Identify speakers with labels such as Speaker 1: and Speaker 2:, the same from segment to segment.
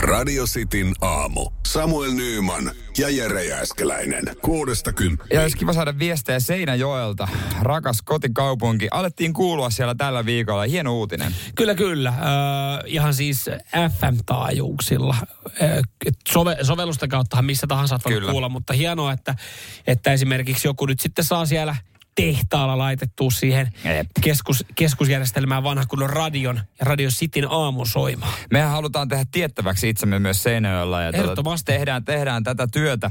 Speaker 1: Radio Cityn aamu. Samuel Nyyman ja Jere Jääskeläinen. Kuudesta kymppiin.
Speaker 2: Ja olisi kiva saada viestejä Seinäjoelta. Rakas kotikaupunki. Alettiin kuulua siellä tällä viikolla. Hieno uutinen.
Speaker 3: Kyllä, kyllä. Äh, ihan siis FM-taajuuksilla. Äh, sove- sovellusten kauttahan missä tahansa saat
Speaker 2: Kyllä.
Speaker 3: kyllä. kuulla, mutta hienoa, että, että esimerkiksi joku nyt sitten saa siellä tehtaalla laitettua siihen
Speaker 2: Jep.
Speaker 3: keskus, keskusjärjestelmään vanha kunnon radion ja Radio Cityn aamu soimaan.
Speaker 2: Mehän halutaan tehdä tiettäväksi itsemme myös Seinäjoella. Ja tuota-
Speaker 3: Ehdottomasti.
Speaker 2: tehdään, tehdään tätä työtä,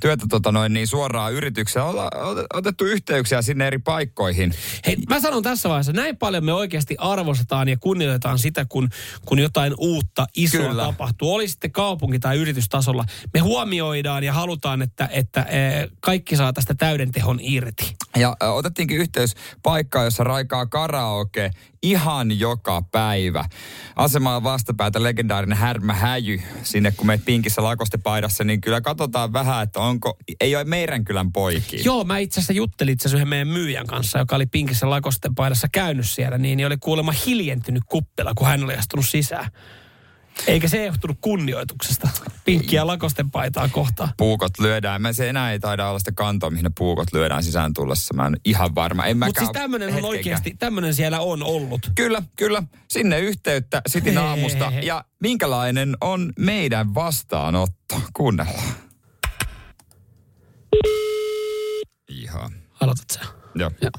Speaker 2: työtä tota noin, niin suoraan yritykseen. Ollaan ot- otettu yhteyksiä sinne eri paikkoihin.
Speaker 3: Hei, mä sanon tässä vaiheessa, näin paljon me oikeasti arvostetaan ja kunnioitetaan sitä, kun, kun jotain uutta, isoa
Speaker 2: Kyllä.
Speaker 3: Kyllä. tapahtuu. Oli sitten kaupunki- tai yritystasolla. Me huomioidaan ja halutaan, että, että eh, kaikki saa tästä täyden tehon irti.
Speaker 2: Ja ö, otettiinkin yhteys paikkaan, jossa raikaa karaoke ihan joka päivä. Asemaa vastapäätä legendaarinen Härmä Häjy. Sinne kun meet pinkissä lakostepaidassa, niin kyllä katsotaan vähän, että onko, ei ole meidän kylän poikia.
Speaker 3: Joo, mä itse asiassa juttelin itse asiassa yhden meidän myyjän kanssa, joka oli pinkissä lakosten paidassa käynyt siellä, niin, niin oli kuulemma hiljentynyt kuppila, kun hän oli astunut sisään. Eikä se johtunut kunnioituksesta pinkkiä lakosten paitaa kohtaan.
Speaker 2: puukot lyödään. Mä se enää ei taida olla sitä kantoa, mihin ne puukot lyödään sisään tullessa. Mä en ihan varma. En
Speaker 3: Mutta
Speaker 2: mäkään
Speaker 3: siis tämmöinen on
Speaker 2: hetkenkään.
Speaker 3: oikeasti, tämmöinen siellä on ollut.
Speaker 2: Kyllä, kyllä. Sinne yhteyttä Sitin
Speaker 3: Hei,
Speaker 2: aamusta.
Speaker 3: hei, hei.
Speaker 2: Ja minkälainen on meidän vastaanotto? Kuunnellaan. Ihan.
Speaker 3: Aloitat sä.
Speaker 2: Joo.
Speaker 3: Joo.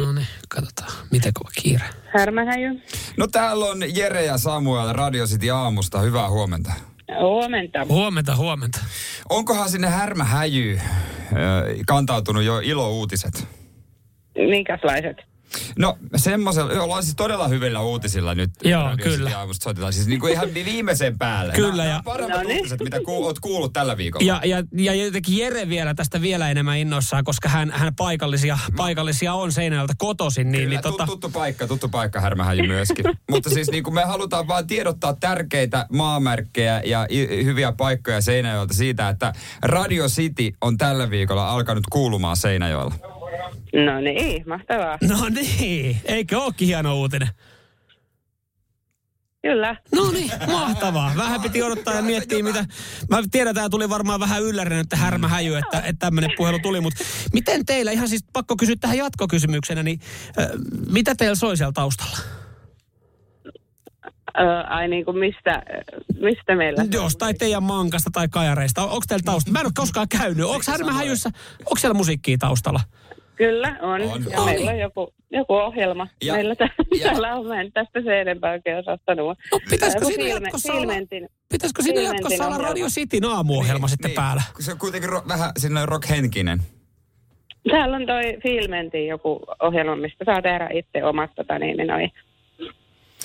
Speaker 3: No niin, katsotaan. Miten kova kiire.
Speaker 4: Härmähäjy.
Speaker 2: No täällä on Jere ja Samuel Radio City aamusta. Hyvää huomenta.
Speaker 4: Huomenta.
Speaker 3: Huomenta, huomenta.
Speaker 2: Onkohan sinne härmä häjy kantautunut jo ilouutiset?
Speaker 4: Minkäslaiset?
Speaker 2: No semmoisella, joo, ollaan siis todella hyvillä uutisilla nyt.
Speaker 3: Joo,
Speaker 2: Radio
Speaker 3: kyllä.
Speaker 2: City Aamusta soitetaan siis niinku ihan vi- viimeisen päälle.
Speaker 3: Kyllä,
Speaker 2: Nämä-
Speaker 3: ja-
Speaker 2: nämä on paremmat
Speaker 4: No niin.
Speaker 2: uutiset, mitä ku, oot kuullut tällä viikolla.
Speaker 3: Ja, ja, ja jotenkin Jere vielä tästä vielä enemmän innoissaan, koska hän, hän paikallisia, paikallisia on Seinäjältä kotoisin. Niin,
Speaker 2: Mm. Kyllä,
Speaker 3: niin
Speaker 2: tut-
Speaker 3: tota,
Speaker 2: tuttu paikka, tuttu paikka härmähäjy myöskin. Mutta siis niin kuin me halutaan vaan tiedottaa tärkeitä maamärkkejä ja i- hyviä paikkoja Seinäjoelta siitä, että Radio City on tällä viikolla alkanut kuulumaan Seinäjoella.
Speaker 4: No niin, mahtavaa.
Speaker 3: No niin, eikö ookin hieno uutinen?
Speaker 4: Kyllä.
Speaker 3: No niin, mahtavaa. Vähän piti odottaa ja miettiä, mitä... Mä tiedän, tämä tuli varmaan vähän yllärinä, että härmä häjy, että, että tämmöinen puhelu tuli, mutta miten teillä, ihan siis pakko kysyä tähän jatkokysymyksenä, niin äh, mitä teillä soi siellä taustalla?
Speaker 4: Ö, ai niin kuin mistä, mistä meillä?
Speaker 3: Jos, tai teidän mankasta tai kajareista. Onko teillä taustalla? Mä en ole koskaan käynyt. Onko härmä häjyssä, onko siellä musiikkia taustalla?
Speaker 4: Kyllä on.
Speaker 2: On.
Speaker 4: Ja meillä on joku, joku ohjelma.
Speaker 2: Ja-
Speaker 4: Ja, meillä tä-
Speaker 2: ja-
Speaker 4: täällä on. Mä en tästä se enempää oikein osaa sanoa.
Speaker 3: No, pitäisikö
Speaker 4: Joku
Speaker 3: siinä
Speaker 4: filme-
Speaker 3: jatkossa olla,
Speaker 4: filmentin.
Speaker 3: pitäisikö siinä
Speaker 4: filmentin
Speaker 3: jatkossa olla
Speaker 4: ohjelma.
Speaker 3: Radio Cityn aamuohjelma sitten
Speaker 2: niin,
Speaker 3: päällä?
Speaker 2: kun Se on kuitenkin ro- vähän sinne rockhenkinen.
Speaker 4: Täällä on toi Filmentin joku ohjelma, mistä saa tehdä itse omat tota niin, niin noi.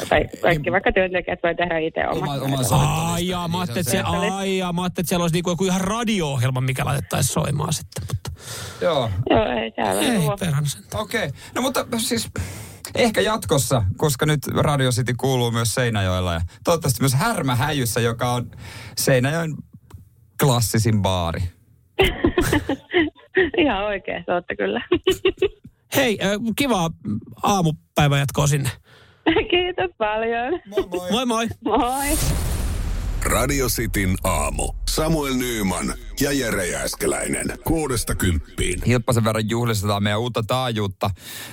Speaker 4: Tai kaikki vaikka työntekijät voi tehdä itse omat.
Speaker 2: Oma, oma
Speaker 3: Ai jaa, mä
Speaker 2: Niin, on
Speaker 3: ajattelin, että, se, ai jaa, mä ajattelin, että siellä olisi niinku joku ihan radio-ohjelma, mikä laitettaisiin soimaan sitten. Mutta
Speaker 2: Joo,
Speaker 4: Joo, ei täällä.
Speaker 3: ei
Speaker 4: Ei,
Speaker 3: perhana sen.
Speaker 2: Okei, no mutta siis ehkä jatkossa, koska nyt Radio City kuuluu myös Seinäjoella ja toivottavasti myös Härmähäjyssä, joka on Seinäjoen klassisin baari.
Speaker 4: Ihan oikein, olette kyllä.
Speaker 3: Hei, ö, kivaa aamupäivän jatkoa sinne.
Speaker 4: Kiitos paljon.
Speaker 3: Moi moi.
Speaker 4: Moi.
Speaker 1: Radio Cityn aamu. Samuel Nyyman ja Jere Jääskeläinen. Kuudesta kymppiin.
Speaker 2: Hilppasen verran juhlistetaan meidän uutta taajuutta.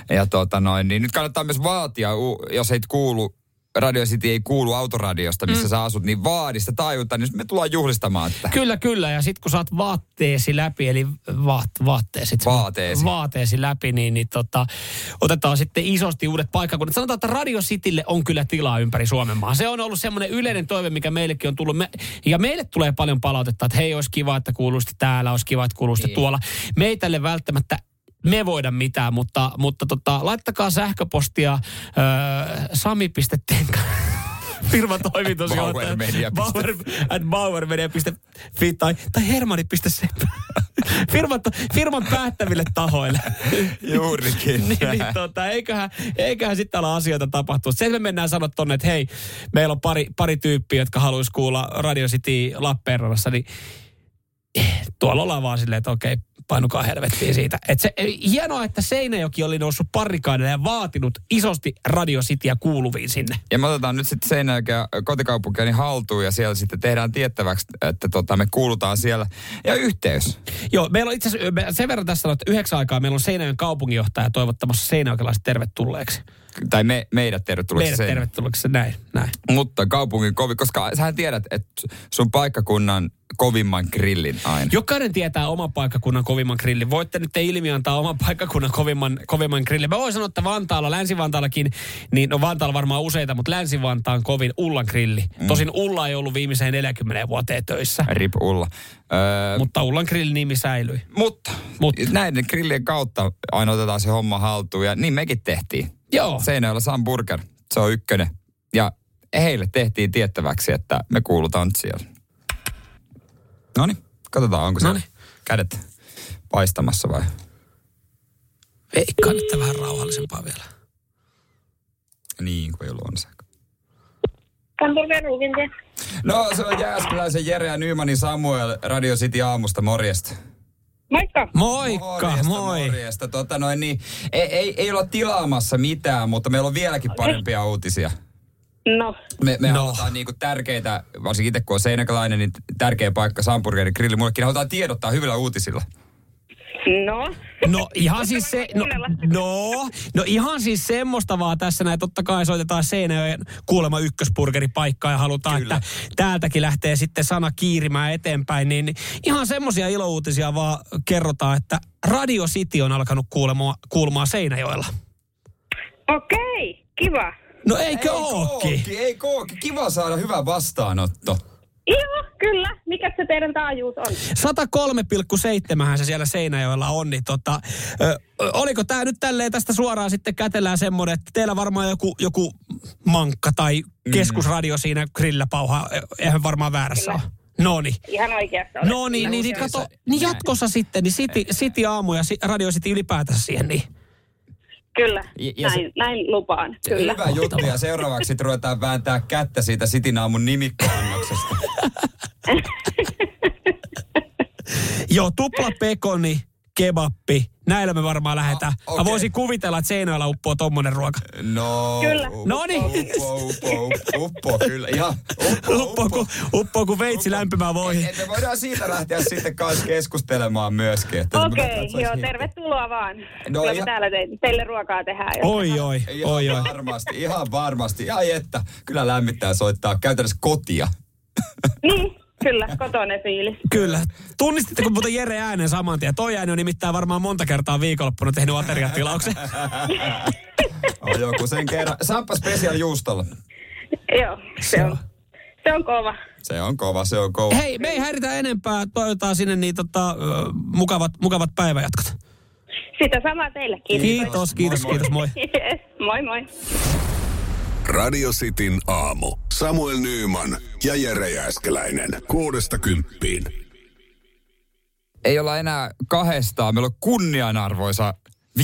Speaker 2: Ja tuota noin, niin nyt kannattaa myös vaatia, u- jos et kuulu, Radio City ei kuulu autoradiosta, missä mm. sä asut, niin vaadi sitä taajuutta, niin me tullaan juhlistamaan tätä.
Speaker 3: Kyllä, kyllä. Ja sitten kun saat vaatteesi läpi, eli vaat, vaatteesi,
Speaker 2: Vaateesi.
Speaker 3: vaateesi läpi, niin, niin tota, otetaan sitten isosti uudet paikkakunnat. Sanotaan, että Radio Citylle on kyllä tilaa ympäri Suomen maa. Se on ollut semmoinen yleinen toive, mikä meillekin on tullut. Me, ja meille tulee Niin. paljon palautetta, että hei, olisi kiva, että kuuluisitte täällä, olisi kiva, että kuuluisitte tuolla. Meitä ei välttämättä me voida mitään, mutta, mutta tota, laittakaa sähköpostia öö, sami.ten firman toimitusjohtaja.
Speaker 2: Bauermedia.
Speaker 3: Bauer,
Speaker 5: at bauermedia.fi tai, tai hermani.se.
Speaker 3: firman, firman päättäville tahoille.
Speaker 2: Juurikin.
Speaker 3: niin, niin tota, eiköhän, eiköhän sitten täällä asioita tapahtuu. Sen me mennään sanoa tonne, että hei, meillä on pari, pari tyyppiä, jotka haluaisi kuulla Radio City Lappeenrannassa, niin tuolla ollaan vaan silleen, että okei, painukaa helvettiin siitä. Et se, hienoa, että Seinäjoki oli noussut parrikaidelle ja vaatinut isosti Radio Cityä kuuluviin sinne.
Speaker 2: Ja me otetaan nyt sitten Seinäjokia kotikaupunkiani haltuun ja siellä sitten tehdään tiettäväksi, että tota, me kuulutaan siellä. Ja yhteys.
Speaker 3: Joo, meillä on itse asiassa, me- sen verran tässä sanon, että yhdeksän aikaa meillä on Seinäjoen kaupunginjohtaja toivottamassa seinäjokelaiset tervetulleeksi.
Speaker 2: Tai me, meidät tervetulleeksi
Speaker 3: Meidät
Speaker 2: Seinäjoelle.
Speaker 3: tervetulleeksi, näin, näin.
Speaker 2: Mutta kaupungin kovi, koska sähän tiedät, että sun paikkakunnan kovimman grillin aina.
Speaker 3: Jokainen tietää oman paikkakunnan kovimman grillin. Voitte nyt te ilmi antaa oman paikkakunnan kovimman, kovimman grillin. Mä voin sanoa, että Vantaalla, Länsi-Vantaallakin, niin no Vantaalla varmaan useita, mutta Länsi-Vantaan kovin Ullan grilli. Mm. Tosin Ulla ei ollut viimeiseen 40 vuoteen töissä,
Speaker 2: Rip Ulla. Öö,
Speaker 3: mutta Ullan grillin nimi säilyi.
Speaker 2: mutta,
Speaker 3: Mutta.
Speaker 2: mutta näiden grillien kautta aina otetaan se homma haltuun ja niin mekin tehtiin.
Speaker 3: Joo.
Speaker 2: Seinäjoella Sam Burger, se on ykkönen. Ja heille tehtiin tiettäväksi, että me kuulutaan nyt siellä. No niin, katsotaan onko se kädet paistamassa vai?
Speaker 3: Veikkaan, että vähän rauhallisempaa vielä.
Speaker 2: Niin kuin ei ollut on se.
Speaker 4: Hamburgerugin se.
Speaker 2: No se on Jääskeläisen Jere ja Nymanin Samuel Radio City aamusta, morjesta.
Speaker 4: Moikka!
Speaker 3: Moikka,
Speaker 2: morjesta,
Speaker 3: moi.
Speaker 2: Morjesta. Tota noin, niin, ei, ei, ei olla tilaamassa mitään, mutta meillä on vieläkin parempia uutisia.
Speaker 4: No,
Speaker 2: Me, me no. halutaan niinku tärkeitä, varsinkin itse kun on seinäkäläinen, niin tärkeä paikka Samburgerin grilli. Mullekin halutaan tiedottaa hyvillä uutisilla.
Speaker 4: no.
Speaker 3: No ihan siis se, no,
Speaker 4: Kuunnella.
Speaker 3: no, no ihan siis semmoista vaan tässä näin. Totta kai soitetaan Seinäjoen kuulema ykkösburgeripaikkaa ja halutaan, Kyllä. että täältäkin lähtee sitten sana kiirimään eteenpäin. Niin ihan semmoisia ilouutisia vaan kerrotaan, että Radio City on alkanut kuulemaan, kuulumaan Seinäjoella.
Speaker 4: Okei, kiva.
Speaker 3: No eikö ookin?
Speaker 2: Ei kooki. Kiva saada hyvä vastaanotto.
Speaker 4: Joo, kyllä. Mikä se teidän taajuus on?
Speaker 3: 103,7 se siellä Seinäjoella on, niin tota, ö, ö, oliko tämä nyt tälleen tästä suoraan sitten kätellään semmoinen, että teillä varmaan joku, joku mankka tai keskusradio siinä grillä pauhaa, Ö, eihän varmaan väärässä ole. No niin.
Speaker 4: Ihan oikeassa olet.
Speaker 3: No niin, niin, sit
Speaker 2: Kyllä.
Speaker 3: kato, niin jatkossa sitten, niin City, City aamu ja Si- Radio City ylipäätänsä siihen, niin
Speaker 4: Kyllä,
Speaker 2: Ja- ja se-
Speaker 4: näin, näin lupaan. Kyllä.
Speaker 2: Hyvä juttu. Ja seuraavaksi sit ruvetaan vääntää kättä siitä Sitin aamun nimikkoannoksesta.
Speaker 3: joo, tupla pekoni, kebappi, näillä me varmaan lähdetään.
Speaker 2: okei.
Speaker 3: Mä voisin kuvitella, että Seinäjoella uppoaa tommonen ruoka.
Speaker 2: No.
Speaker 4: Kyllä.
Speaker 2: uppo,
Speaker 3: No niin.
Speaker 2: Uppo, uppo, uppo, uppo, kyllä. Ihan uppo,
Speaker 3: Uppoa kuin uppo, ku veitsi lämpimään voihin.
Speaker 2: Et me voidaan siitä lähteä sitten kanssa keskustelemaan myöskin. Että
Speaker 4: Okei, joo,
Speaker 2: niin
Speaker 4: tervetuloa vaan.
Speaker 2: No
Speaker 4: No, Kyllä me
Speaker 2: ihan-
Speaker 4: täällä te, teille ruokaa tehdään. jos-
Speaker 3: Oi, oi,
Speaker 2: Ihan
Speaker 3: oi, oi.
Speaker 2: varmasti, ihan varmasti. Ai että, kyllä lämmittää soittaa käytännössä kotia.
Speaker 4: Niin, kyllä, kotone fiilis.
Speaker 3: Kyllä. Tunnistitteko muuten Jere äänen saman tien? Toi ääni on nimittäin varmaan monta kertaa viikonloppuna tehnyt ateriatilauksen.
Speaker 2: On joku sen kerran. Samppa special juustolla.
Speaker 4: Joo, se on, se on kova.
Speaker 2: Se on kova, se on kova.
Speaker 3: Hei, me ei häiritä enempää. Toivotaan sinne niin tota, ö, mukavat, mukavat päiväjatkot.
Speaker 4: Sitä samaa teillekin.
Speaker 3: Kiitos, kiitos,
Speaker 2: Moi, moi.
Speaker 3: kiitos, moi.
Speaker 4: Yes, moi moi.
Speaker 1: Radio Cityn aamu. Samuel Nyyman ja Jere Jääskeläinen. Kuudesta kymppiin.
Speaker 2: Ei olla enää kahdestaan. Meillä on kunnianarvoisa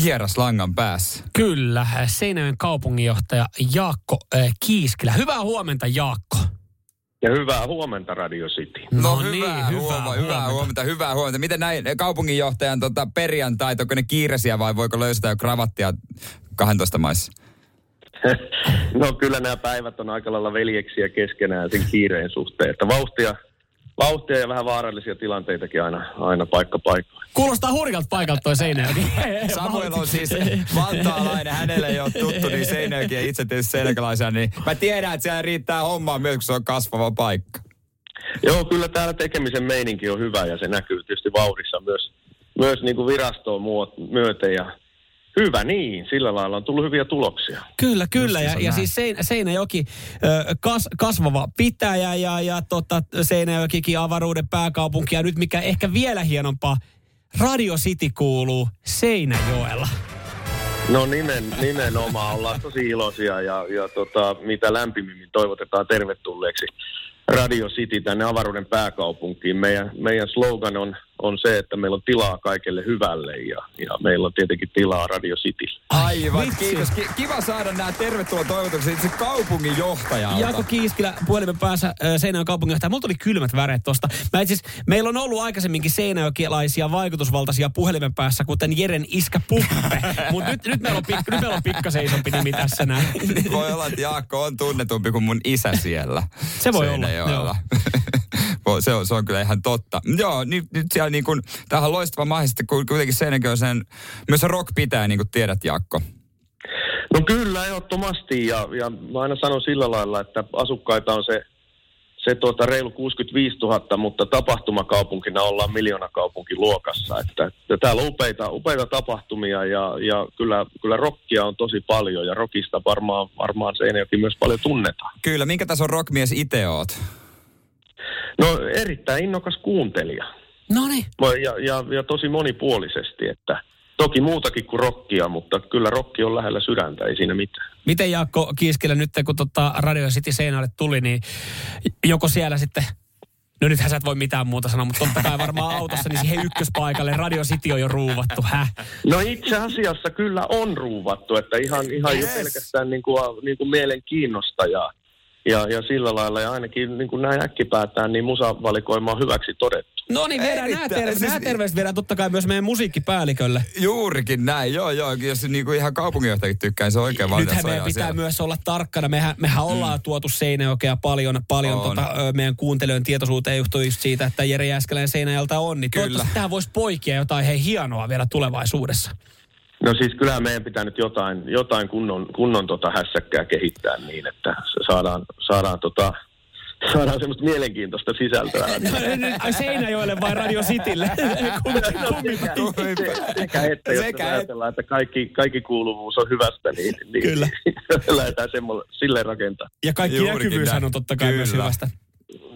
Speaker 2: vieras langan päässä.
Speaker 3: Kyllä, Seinäjoen kaupunginjohtaja Jaakko äh, Kiiskilä. Hyvää huomenta, Jaakko.
Speaker 6: Ja hyvää huomenta Radio City.
Speaker 2: No,
Speaker 3: niin,
Speaker 2: hyvää, huomenta, hyvää huomenta, hyvää huomenta. Miten näin kaupunginjohtajan tota, perjantai, onko ne kiiresiä vai voiko löysää jo kravattia 12 maissa?
Speaker 6: No kyllä nämä päivät on aika lailla veljeksiä keskenään sen kiireen suhteen, että vauhtia, vauhtia ja vähän vaarallisia tilanteitakin aina, aina paikka paikkaan.
Speaker 3: Kuulostaa hurjalta paikalta toi Seinäjoki.
Speaker 2: Samuel on siis vantaalainen, hänelle ei ole tuttu, niin Seinäjoki ja itse tietysti selkälaisia, niin mä tiedän, että siellä riittää hommaa myös, kun se on kasvava paikka.
Speaker 6: Joo, kyllä täällä tekemisen meininki on hyvä ja se näkyy tietysti vauhdissa myös, myös niin kuin virastoon muo- myöten ja hyvä niin, sillä lailla on tullut hyviä tuloksia.
Speaker 3: Kyllä, kyllä.
Speaker 2: Justiinsa
Speaker 3: Ja, ja
Speaker 2: näin.
Speaker 3: siis Sein, Seinäjoki ö, kas, kasvava pitäjä ja, ja tota, Seinäjokikin avaruuden pääkaupunki. Ja nyt mikä ehkä vielä hienompaa, Radio City kuuluu Seinäjoella.
Speaker 6: No nimen, nimenomaan ollaan tosi iloisia ja, ja tota, mitä lämpimimmin toivotetaan tervetulleeksi Radio City tänne avaruuden pääkaupunkiin. Meidän, meidän slogan on, on se, että meillä on tilaa kaikelle hyvälle ja, ja meillä on tietenkin tilaa Radio City.
Speaker 2: Aivan,
Speaker 3: Vitsi.
Speaker 2: kiitos. Ki- kiva saada nämä tervetuloa toivotukset itse kaupungin johtajalta.
Speaker 3: Jaakko Kiiskilä puhelimen päässä äh, Seinäjoen kaupunginjohtaja. Mulla tuli kylmät väreet tosta. Mä itse asiassa- meillä on ollut aikaisemminkin seinäjokilaisia vaikutusvaltaisia puhelimen päässä, kuten Jeren iskä Puppe. Mutta nyt, nyt, meillä on pik- nyt meillä on pikkasen isompi nimi tässä näin.
Speaker 2: Nyt voi olla, että Jaakko on tunnetumpi kuin mun isä siellä.
Speaker 3: Se voi olla,
Speaker 2: Seinäjoella. Voi- se, on, se on kyllä ihan totta. Joo, nyt, nyt siellä niin kuin, tämähän on loistava mahdollisesti, kun kuitenkin Seinäjoki on sen, myös se rock pitää, niin kuin tiedät Jaakko.
Speaker 6: No kyllä, ehdottomasti. Ja, ja mä aina sanon sillä lailla, että asukkaita on se, se tuota, reilu 65 000, mutta tapahtumakaupunkina ollaan miljoonakaupunki luokassa. Että, että täällä on upeita, upeita tapahtumia ja, ja kyllä, kyllä rockia on tosi paljon ja rockista varmaan, varmaan Seinäjoki myös paljon tunnetaan.
Speaker 2: Kyllä, minkä tason rockmies itse oot?
Speaker 6: No erittäin innokas kuuntelija
Speaker 3: No niin.
Speaker 6: Mä- ja, ja, ja tosi monipuolisesti, että toki muutakin kuin rockia, mutta kyllä rocki on lähellä sydäntä, ei siinä mitään.
Speaker 3: Miten Jaakko Kiiskilä nyt, kun tota Radio City Seinäjoelle tuli, niin joko siellä sitten No nythän sä et voi mitään muuta sanoa, mutta totta kai varmaan autossa niin siihen ykköspaikalle Radio City on jo ruuvattu, häh?
Speaker 6: No itse asiassa kyllä on ruuvattu, että ihan, ihan yes. jo pelkästään niin kuin, niin kuin mielenkiinnosta ja, ja, ja sillä lailla ja ainakin niin kuin näin äkkipäätään niin musavalikoima on hyväksi todettu.
Speaker 3: No niin, viedään nämä
Speaker 2: Erittäin.
Speaker 3: terveiset.
Speaker 2: Siis-
Speaker 3: Siis... Nämä terveiset viedään totta kai myös meidän musiikkipäällikölle.
Speaker 2: Juurikin näin, joo joo. Jos niin kuin ihan kaupunginjohtajakin tykkää, niin se on oikein valita
Speaker 3: Nythän meidän pitää
Speaker 2: siellä.
Speaker 3: myös olla tarkkana. Mehän, mehän ollaan mm. tuotu Seinäjokea paljon, paljon
Speaker 2: On.
Speaker 3: tota, ö, meidän kuuntelijoiden tietoisuuteen johtuu just siitä, että Jere Jääskeläinen Seinäjältä on. Niin
Speaker 2: Kyllä.
Speaker 3: Kyllä. tähän voisi poikia jotain hei hienoa vielä tulevaisuudessa.
Speaker 6: No siis kyllä meidän pitää nyt jotain, jotain kunnon, kunnon tota hässäkkää kehittää niin, että se saadaan, saadaan, tota, saadaan semmoista mielenkiintoista sisältöä.
Speaker 3: Ai Seinäjoelle vai Radio Citylle? Kumpi- kumpi?
Speaker 6: Sekä että, jos
Speaker 2: Sekä
Speaker 6: Sekä
Speaker 2: et-
Speaker 6: ajatellaan, että kaikki, kaikki kuuluvuus on hyvästä, niin, niin
Speaker 3: Kyllä.
Speaker 6: lähdetään semmoille, sille rakentaa.
Speaker 3: Ja kaikki
Speaker 2: Juurikin
Speaker 3: näkyvyyshän
Speaker 2: näin.
Speaker 3: on totta kai Kyllä. myös
Speaker 2: Kyllä.
Speaker 3: hyvästä.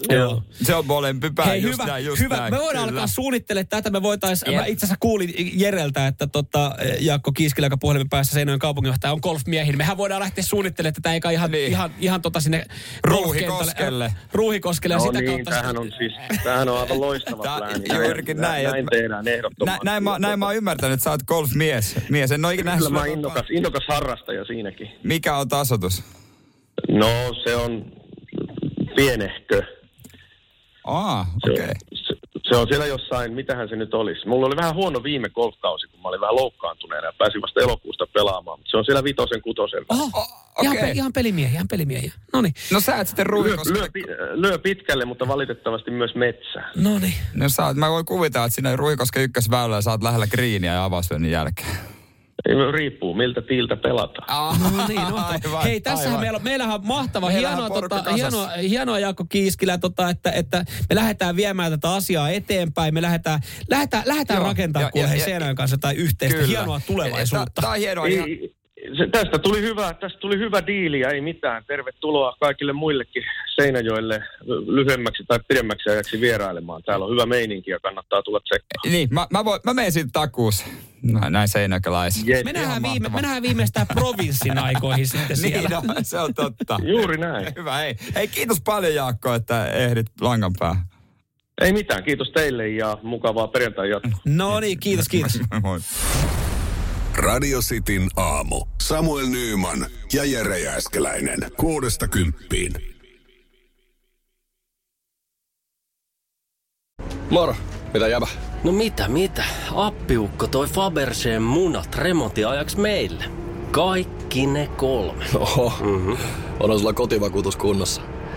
Speaker 3: Joo.
Speaker 2: Se on molempi päin,
Speaker 3: Hei,
Speaker 2: just
Speaker 3: hyvä,
Speaker 2: näin, just
Speaker 3: hyvä.
Speaker 2: näin.
Speaker 3: me voidaan
Speaker 2: Kyllä.
Speaker 3: alkaa suunnittelemaan tätä. Me voitais, mä itse asiassa kuulin Jereltä, että tota, Jaakko Kiiskilä, joka puhelimen päässä Seinäjoen kaupunginjohtaja, on golfmiehin. Mehän voidaan lähteä suunnittelemaan tätä, eikä ihan,
Speaker 2: Niin.
Speaker 3: niin. ihan, ihan tota sinne
Speaker 2: Ruuhikoskelle.
Speaker 3: golfkentälle. Äh, Ruuhikoskelle. ja
Speaker 6: No
Speaker 3: sitä
Speaker 6: niin,
Speaker 3: kautta
Speaker 6: tämähän on siis, tämähän on aivan loistava
Speaker 2: Tää-
Speaker 6: plääni.
Speaker 2: juurikin näin,
Speaker 6: Näin, näin
Speaker 2: että-
Speaker 6: tehdään
Speaker 2: Nä,
Speaker 6: ehdottomasti.
Speaker 2: näin, mä, näin mä oon ymmärtänyt, että sä oot golfmies. Mies, en ole ikinä
Speaker 6: Kyllä
Speaker 2: nähnyt
Speaker 6: mä
Speaker 2: sua
Speaker 6: oon
Speaker 2: golfaa.
Speaker 6: innokas, innokas harrastaja siinäkin.
Speaker 2: Mikä on tasotus?
Speaker 6: No se on pienehkö.
Speaker 2: Aa,
Speaker 6: Se,
Speaker 2: okei. Okay.
Speaker 6: se, se on siellä jossain, mitähän se nyt olisi. Mulla oli vähän huono viime golfkausi, kun mä olin vähän loukkaantuneena ja pääsin vasta elokuusta pelaamaan. Mutta se on siellä vitosen, kutosen.
Speaker 3: Oho,
Speaker 2: okei.
Speaker 3: ihan, Ah, pe- ihan pelimiehiä, ihan pelimiehiä. No niin,
Speaker 2: No sä et sitten
Speaker 6: Lyö, lyö,
Speaker 2: ruuhikoskelle...
Speaker 6: pi- lyö pitkälle, mutta valitettavasti myös metsään.
Speaker 3: no niin.
Speaker 2: No sä oot, mä voin kuvitella, että siinä Ruikoske ykkösväylällä sä oot lähellä kriiniä ja avausvennin jälkeen.
Speaker 6: Ei, Riippuu, miltä tiiltä pelataan.
Speaker 3: No niin, no.
Speaker 2: Aivan,
Speaker 3: Hei, tässähän
Speaker 2: aivan.
Speaker 3: meillä on, meillähän on mahtava,
Speaker 2: Meillähän
Speaker 3: hienoa,
Speaker 2: porukka
Speaker 3: tota,
Speaker 2: kasassa.
Speaker 3: hienoa, hienoa Jaakko Kiiskilä, tota, että, että me lähdetään viemään tätä asiaa eteenpäin. Me lähdetään, lähdetään, lähdetään
Speaker 2: Joo,
Speaker 3: rakentamaan
Speaker 2: ja-
Speaker 3: kuule
Speaker 2: ja-
Speaker 3: hei
Speaker 2: ja-
Speaker 3: Seinäjoen kanssa tai yhteistä Kyllä. hienoa tulevaisuutta.
Speaker 2: Tämä on hienoa. Ihan,
Speaker 6: Ei, se, tästä tuli hyvä, tästä tuli hyvä diili ja ei mitään. Tervetuloa kaikille muillekin Seinäjoelle lyhyemmäksi tai pidemmäksi ajaksi vierailemaan. Täällä on hyvä meininki ja kannattaa tulla tsekkaan.
Speaker 2: niin, mä, mä, voin, mä menen siitä takuus. No, näin seinäkelais.
Speaker 6: Jees.
Speaker 3: Me
Speaker 2: ihan
Speaker 3: nähdään, viime,
Speaker 2: mahtavaa.
Speaker 3: me nähdään viimeistään provinssin aikoihin sitten
Speaker 2: Niin,
Speaker 3: siellä.
Speaker 2: no, se on totta.
Speaker 6: Juuri näin.
Speaker 2: Hyvä, ei. Hei, kiitos paljon Jaakko, että ehdit langan päähän.
Speaker 6: Ei mitään, kiitos teille ja mukavaa perjantai jatkoa.
Speaker 3: No niin, kiitos, kiitos.
Speaker 2: Moi.
Speaker 1: Radio Cityn aamu. Samuel Nyyman ja Jere Jääskeläinen. Kuudesta kymppiin.
Speaker 7: Moro, mitä jäbä?
Speaker 8: No mitä, mitä? Appiukko toi Faberseen munat remontiajaksi meille. Kaikki ne kolme.
Speaker 7: Oho, mm-hmm. on sulla kotivakuutus kunnossa.